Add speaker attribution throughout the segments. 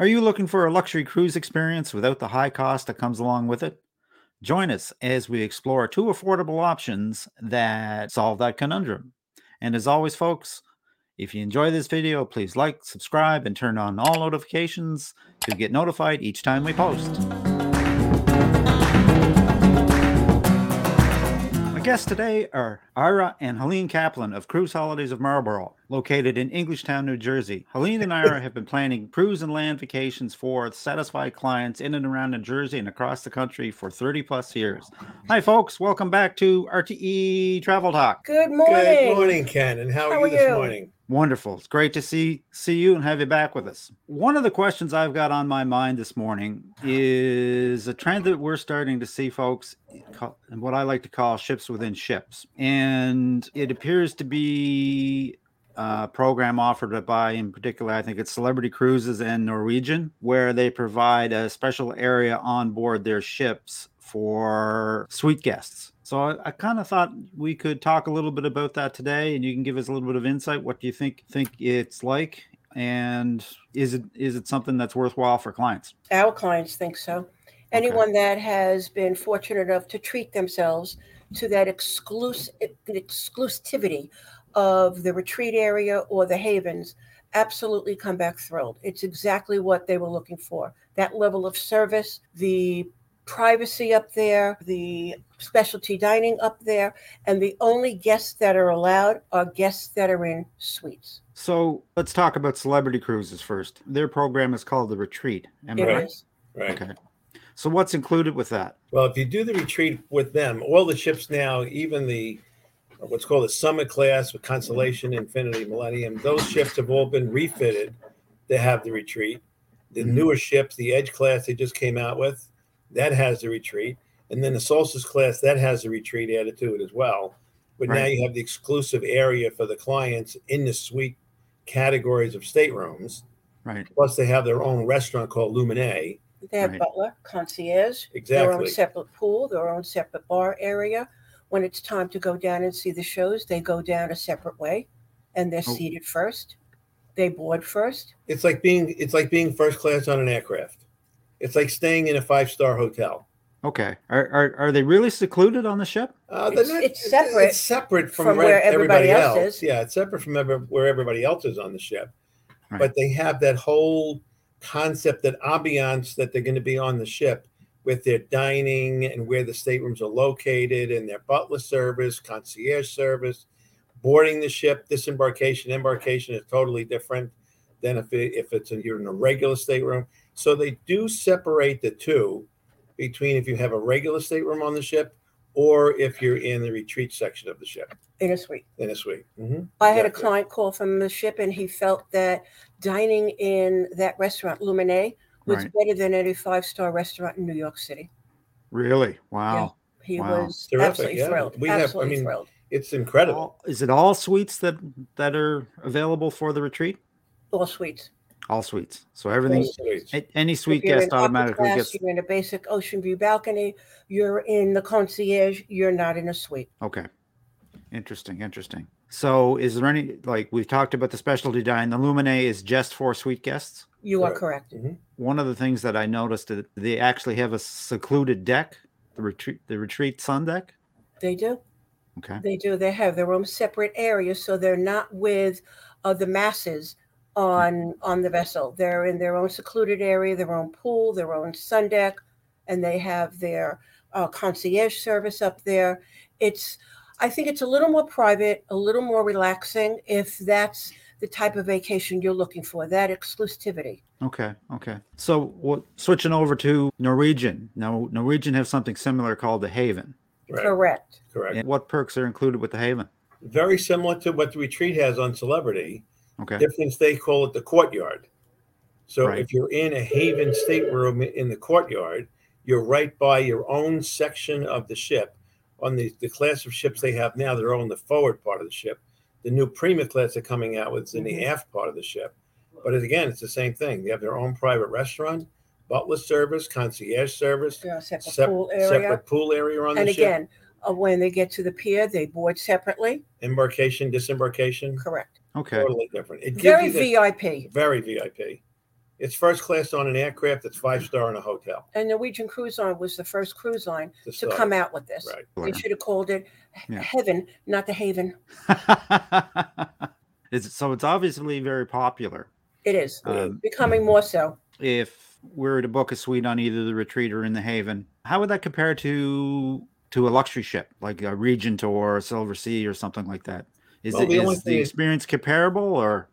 Speaker 1: Are you looking for a luxury cruise experience without the high cost that comes along with it? Join us as we explore two affordable options that solve that conundrum. And as always, folks, if you enjoy this video, please like, subscribe, and turn on all notifications to get notified each time we post. My guests today are Ira and Helene Kaplan of Cruise Holidays of Marlborough, located in Englishtown, New Jersey. Helene and Ira have been planning cruise and land vacations for satisfied clients in and around New Jersey and across the country for 30 plus years. Hi, folks. Welcome back to RTE Travel Talk.
Speaker 2: Good morning.
Speaker 3: Good morning, Ken. And how, are you this morning?
Speaker 1: Wonderful. It's great to see see you and have you back with us. One of the questions I've got on my mind this morning is a trend that we're starting to see, folks, ca- what I like to call ships within ships, and it appears to be a uh, program offered by, in particular, I think it's Celebrity Cruises and Norwegian, where they provide a special area on board their ships for suite guests. So I, I kind of thought we could talk a little bit about that today, and you can give us a little bit of insight. What do you think think it's like, and is it is it something that's worthwhile for clients?
Speaker 2: Our clients think so. Anyone that has been fortunate enough to treat themselves to that exclusive exclusivity of the retreat area or the havens absolutely come back thrilled. It's exactly what they were looking for. That level of service, the privacy up there, the specialty dining up there, and the only guests that are allowed are guests that are in suites.
Speaker 1: So let's talk about celebrity cruises first. Their program is called the Retreat. Am I
Speaker 2: It
Speaker 1: right?
Speaker 2: is.
Speaker 3: Right.
Speaker 1: Okay. So what's included with that?
Speaker 3: Well, if you do the retreat with them, all the ships now, even the uh, what's called the Summit class with Constellation, Infinity, Millennium, those ships have all been refitted to have the retreat. The
Speaker 1: Mhm.
Speaker 3: newer ships, the Edge class they just came out with, that has the retreat. And then the Solstice class, that has the retreat added to it as well. But now
Speaker 1: Right.
Speaker 3: you have the exclusive area for the clients in the suite categories of staterooms.
Speaker 1: Right.
Speaker 3: Plus, they have their own restaurant called Lumine.
Speaker 2: They have
Speaker 1: Right.
Speaker 2: butler, concierge, their own
Speaker 3: Exactly.
Speaker 2: separate pool, their own separate bar area. When it's time to go down and see the shows, they go down a separate way and they're
Speaker 1: Oh.
Speaker 2: seated first. They board first.
Speaker 3: It's like being it's like being first class on an aircraft. It's like staying in a five star hotel.
Speaker 1: Okay. Are, are are they really secluded on the ship?
Speaker 3: Uh, they're
Speaker 2: It's- it's separate
Speaker 3: It's separate from,
Speaker 2: from
Speaker 3: where,
Speaker 2: where everybody
Speaker 3: everybody,
Speaker 2: else
Speaker 3: else.
Speaker 2: is.
Speaker 3: Yeah, it's separate from ever, where everybody else is on the ship.
Speaker 1: Right.
Speaker 3: But they have that whole concept, that ambiance that they're going to be on the ship with their dining and where the staterooms are located and their butler service, concierge service, boarding the ship, disembarkation, embarkation is totally different than if it, if it's in, you're in a regular stateroom. So they do separate the two between if you have a regular stateroom on the ship or if you're in the retreat section of the ship
Speaker 2: In a suite.
Speaker 3: in a suite. Mhm.
Speaker 2: I had a
Speaker 3: Exactly.
Speaker 2: client call from the ship and he felt that dining in that restaurant, Lumine, was
Speaker 1: Right.
Speaker 2: better than any five star restaurant in New York City.
Speaker 1: Really? Wow.
Speaker 2: He
Speaker 1: Wow.
Speaker 2: was
Speaker 3: Terrific,
Speaker 2: absolutely
Speaker 3: yeah.
Speaker 2: thrilled.
Speaker 3: We have- I
Speaker 2: absolutely
Speaker 3: mean,
Speaker 2: thrilled.
Speaker 3: It's incredible.
Speaker 1: All- is it all suites that that are available for the retreat?
Speaker 2: All suites.
Speaker 1: All suites. So everything.
Speaker 3: Those suites.
Speaker 1: a- Any
Speaker 2: If
Speaker 1: suite
Speaker 2: you're in
Speaker 1: guest
Speaker 2: upper
Speaker 1: automatically
Speaker 2: class,
Speaker 1: gets.
Speaker 2: You're in a basic ocean view balcony. You're in the concierge. You're not in a suite.
Speaker 1: Okay. Interesting. Interesting. So is there any like we've talked about the specialty dine? The Lumine is just for suite guests.
Speaker 2: You are
Speaker 3: Correct.
Speaker 2: correct.
Speaker 1: One of the things that I noticed that they actually have a secluded deck, the retreat, the retreat sun deck.
Speaker 2: They do.
Speaker 1: Okay.
Speaker 2: They do. They have their own separate area, so they're not with uh, the masses on on the vessel. They're in their own secluded area, their own pool, their own sun deck, and they have their uh, concierge service up there. It's I think it's a little more private, a little more relaxing if that's the type of vacation you're looking for, that exclusivity.
Speaker 1: Okay. Okay. So what, switching over to Norwegian. Now Norwegian have something similar called the Haven.
Speaker 3: Right.
Speaker 2: Correct.
Speaker 3: Correct.
Speaker 1: And what perks are included with the Haven?
Speaker 3: Very similar to what the retreat has on Celebrity.
Speaker 1: Okay.
Speaker 3: Difference they call it the courtyard. So
Speaker 1: Right.
Speaker 3: if you're in a Haven stateroom in the courtyard, you're right by your own section of the ship. On the, the class of ships they have now, they're on the forward part of the ship. The new Prima class they're coming out with is in the aft part of the ship. But it- again, it's the same thing. They have their own private restaurant, butler service, concierge service,
Speaker 2: They're a separate
Speaker 3: sep-
Speaker 2: pool area.
Speaker 3: separate pool area on
Speaker 2: and
Speaker 3: the ship,
Speaker 2: again, uh, when they get to the pier, they board separately.
Speaker 3: embarkation, disembarkation.
Speaker 2: Correct.
Speaker 1: Okay.
Speaker 3: Totally different. It gives
Speaker 2: Very
Speaker 3: you the-
Speaker 2: VIP.
Speaker 3: very VIP. It's first class on an aircraft. It's five star in a hotel.
Speaker 2: And Norwegian Cruise Line was the first cruise line
Speaker 3: to
Speaker 2: to
Speaker 3: start.
Speaker 2: come out with this.
Speaker 3: Right.
Speaker 2: They should have called it
Speaker 1: Yeah.
Speaker 2: Heaven, not the Haven.
Speaker 1: it's, so it's obviously very popular.
Speaker 2: It is
Speaker 3: Yeah.
Speaker 1: Um,
Speaker 2: becoming more so.
Speaker 1: if we were to book a suite on either the Retreat or in the Haven, how would that compare to to a luxury ship like a Regent or a Silver Sea or something like that? Is,
Speaker 3: Well,
Speaker 1: it,
Speaker 3: the only
Speaker 1: is the
Speaker 3: thing is-
Speaker 1: experience comparable or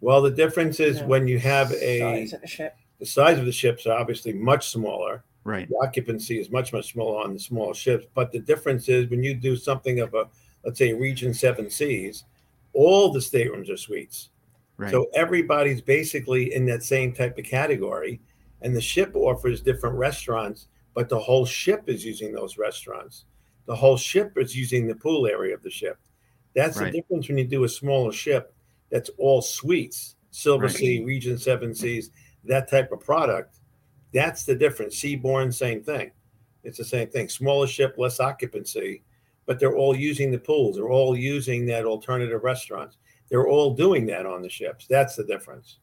Speaker 3: Well, the difference is
Speaker 2: Yeah.
Speaker 3: when you have a
Speaker 2: size of the ship.
Speaker 3: the size of the ships are obviously much smaller.
Speaker 1: right?
Speaker 3: The occupancy is much much smaller on the smaller ships. But the difference is when you do something of a let's say Region Seven Seas, all the staterooms are suites.
Speaker 1: Right.
Speaker 3: So everybody's basically in that same type of category, and the ship offers different restaurants, but the whole ship is using those restaurants. The whole ship is using the pool area of the ship. That's
Speaker 1: Right.
Speaker 3: the difference when you do a smaller ship that's all suites, Silver
Speaker 1: Right.
Speaker 3: Sea, Region Seven Seas, that type of product. That's the difference. Seaborne, same thing. It's the same thing. Smaller ship, less occupancy, but they're all using the pools. They're all using that alternative restaurants they're all doing that on the ships. That's the difference.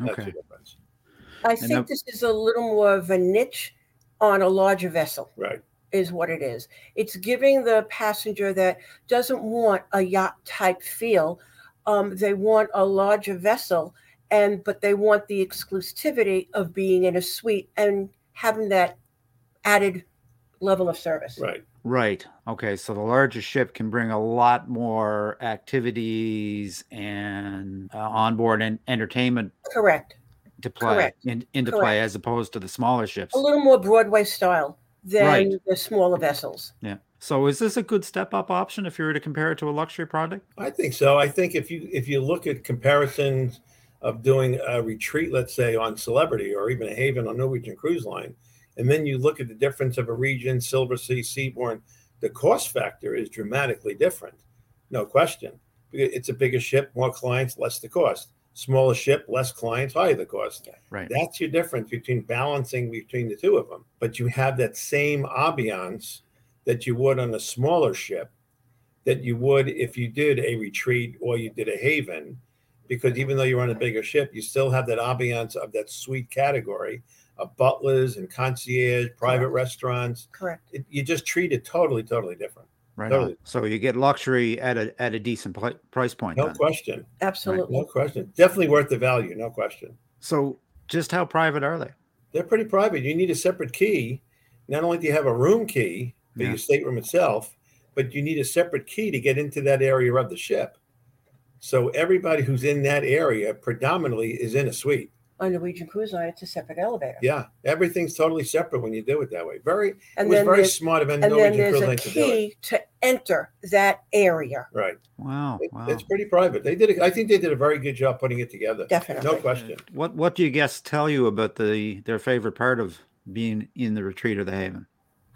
Speaker 3: That's the
Speaker 1: okay.
Speaker 3: difference.
Speaker 2: I
Speaker 1: And
Speaker 2: think
Speaker 1: the-
Speaker 2: this is a little more of a niche on a larger vessel,
Speaker 3: Right.
Speaker 2: is what it is. It's giving the passenger that doesn't want a yacht type feel. Um, they want a larger vessel, and but they want the exclusivity of being in a suite and having that added level of service.
Speaker 3: Right.
Speaker 1: Right. Okay. So the larger ship can bring a lot more activities and uh, onboard and entertainment
Speaker 2: Correct.
Speaker 1: to play
Speaker 2: Correct.
Speaker 1: in, into play
Speaker 2: Correct.
Speaker 1: as opposed to the smaller ships.
Speaker 2: a little more Broadway style than
Speaker 1: Right.
Speaker 2: the smaller vessels.
Speaker 1: Yeah. So is this a good step up option if you were to compare it to a luxury product?
Speaker 3: I think so. I think if you if you look at comparisons of doing a retreat, let's say on Celebrity or even a Haven on Norwegian Cruise Line, and then you look at the difference of a region, Silver Sea, Seabourn, the cost factor is dramatically different, no question. Because It's a bigger ship, more clients, less the cost. Smaller ship, less clients, higher the cost.
Speaker 1: Right.
Speaker 3: That's your difference between balancing between the two of them. But you have that same ambiance that you would on a smaller ship that you would if you did a retreat or you did a haven, because even though you're on a bigger ship, you still have that ambiance of that suite category of butlers and concierge, private restaurants.
Speaker 2: Correct.
Speaker 3: It, you just treat it totally, totally different.
Speaker 1: Right.
Speaker 3: Totally.
Speaker 1: on. So you get luxury at a at a decent pl- price point.
Speaker 3: No
Speaker 1: then.
Speaker 3: question.
Speaker 2: Absolutely.
Speaker 3: No question. Definitely worth the value. No question.
Speaker 1: So just how private are they?
Speaker 3: they're pretty private. You need a separate key. Not only do you have a room key for
Speaker 1: Yeah.
Speaker 3: your stateroom itself, but you need a separate key to get into that area of the ship. So everybody who's in that area predominantly is in a suite.
Speaker 2: On Norwegian Cruise Line, it's a separate elevator.
Speaker 3: Yeah, everything's totally separate when you do it that way. Very, it
Speaker 2: And
Speaker 3: was
Speaker 2: then
Speaker 3: very
Speaker 2: there's,
Speaker 3: smart of
Speaker 2: and then
Speaker 3: Norwegian
Speaker 2: there's
Speaker 3: Cruise
Speaker 2: a
Speaker 3: Line to do it.
Speaker 2: key to enter that area.
Speaker 3: Right,
Speaker 1: Wow.
Speaker 3: It-
Speaker 1: Wow.
Speaker 3: it's pretty private. They did. A, I think they did a very good job putting it together.
Speaker 2: Definitely.
Speaker 3: No question.
Speaker 1: Uh, What what do you guests tell you about the their favorite part of being in the retreat or the haven?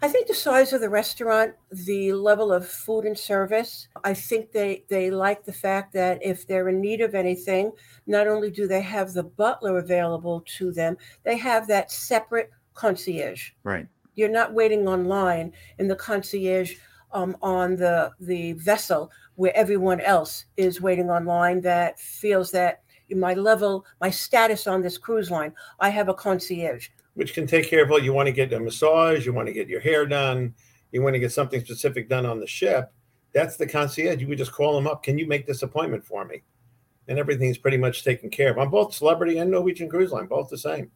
Speaker 2: I think the size of the restaurant, the level of food and service, I think they, they like the fact that if they're in need of anything, not only do they have the butler available to them, they have that separate concierge.
Speaker 1: Right.
Speaker 2: you're not waiting online in the concierge um, on the the vessel where everyone else is waiting online that feels that my level my status on this cruise line i have a concierge
Speaker 3: which can take care of all you want to get a massage, you want to get your hair done, you want to get something specific done on the ship. That's the concierge. You would just call them up. Can you make this appointment for me? And everything's pretty much taken care of on both Celebrity and Norwegian Cruise Line, both the same.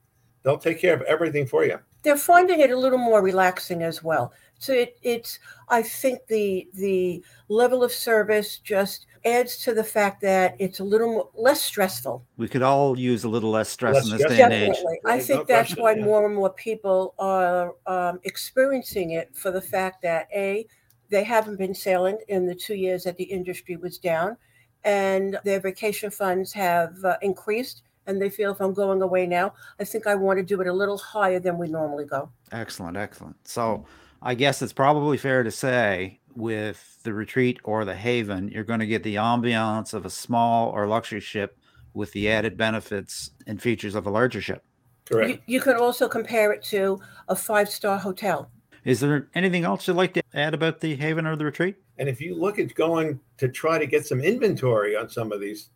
Speaker 3: They'll take care of everything for you.
Speaker 2: they're finding it a little more relaxing as well. So it, it's I think the the level of service just adds to the fact that it's a little more, less stressful.
Speaker 1: We could all use a little less stress
Speaker 3: Less
Speaker 1: in this
Speaker 3: stress.
Speaker 1: day and age.
Speaker 2: Definitely, I
Speaker 3: No
Speaker 2: think that's
Speaker 3: question,
Speaker 2: why
Speaker 3: yeah.
Speaker 2: more and more people are um, experiencing it for the fact that a they haven't been sailing in the two years that the industry was down, and their vacation funds have uh, increased. And they feel if I'm going away now, I think I want to do it a little higher than we normally go.
Speaker 1: Excellent, excellent. So I guess it's probably fair to say with the retreat or the haven, you're going to get the ambiance of a small or luxury ship with the added benefits and features of a larger ship.
Speaker 3: Correct.
Speaker 2: You, you can also compare it to a five star hotel.
Speaker 1: Is there anything else you'd like to add about the haven or the retreat?
Speaker 3: And if you look at going to try to get some inventory on some of these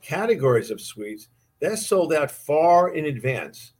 Speaker 3: categories of suites, They're sold out far in advance.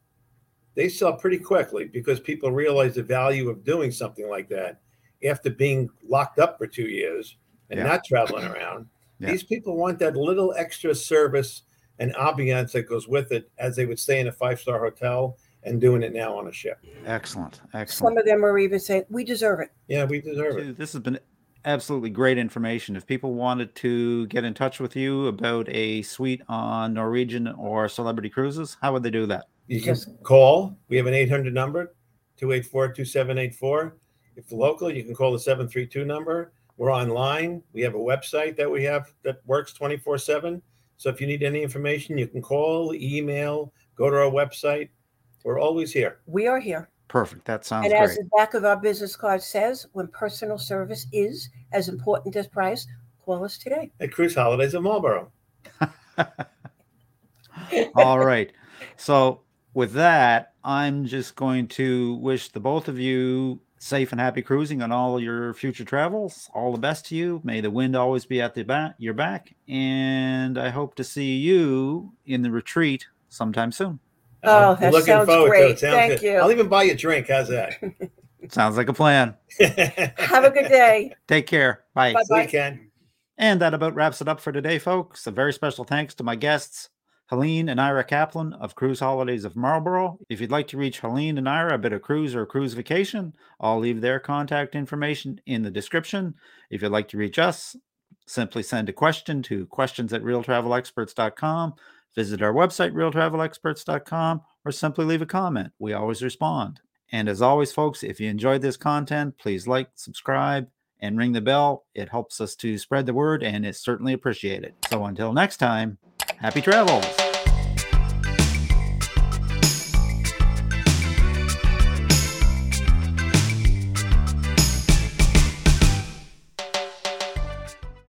Speaker 3: They sell pretty quickly because people realize the value of doing something like that after being locked up for two years and
Speaker 1: Yeah.
Speaker 3: not traveling around.
Speaker 1: Yeah.
Speaker 3: These people want that little extra service and ambiance that goes with it as they would stay in a five star hotel and doing it now on a ship.
Speaker 1: Excellent.
Speaker 2: Some
Speaker 1: Excellent.
Speaker 2: of them are even saying, "We deserve it."
Speaker 3: Yeah, we deserve it.
Speaker 1: Dude, this has been absolutely great information. If people wanted to get in touch with you about a suite on Norwegian or Celebrity Cruises, how would they do that?
Speaker 3: You can
Speaker 2: Yes.
Speaker 3: call. We have an 800 number, 284 2784. If local, you can call the 732 number. We're online. We have a website that we have that works 24 7. So if you need any information, you can call, email, go to our website. We're always here.
Speaker 2: We are here.
Speaker 1: Perfect. That sounds
Speaker 2: And
Speaker 1: great.
Speaker 2: as the back of our business card says, when personal service is as important as price, call us today.
Speaker 3: at Cruise Holidays of Marlboro.
Speaker 1: All right. So with that, I'm just going to wish the both of you safe and happy cruising on all your future travels. All the best to you. May the wind always be at the back, your back, and I hope to see you in the retreat sometime soon.
Speaker 2: Oh,
Speaker 3: I'm
Speaker 2: that sounds great. Thank you.
Speaker 3: I'll even buy you a drink. How's that?
Speaker 1: Sounds like a plan.
Speaker 2: Have a good day.
Speaker 1: Take care. Bye.
Speaker 2: Bye.
Speaker 3: We can.
Speaker 1: And that about wraps it up for today, folks. A very special thanks to my guests, Helene and Ira Kaplan of Cruise Holidays of Marlborough. If you'd like to reach Helene and Ira about a cruise or a cruise vacation, I'll leave their contact information in the description. If you'd like to reach us, simply send a question to questions at realtravelexperts.com, visit our website, realtravelexperts.com, or simply leave a comment. We always respond. And as always, folks, if you enjoyed this content, please like, subscribe, and ring the bell. It helps us to spread the word and it's certainly appreciated. So until next time, happy travels.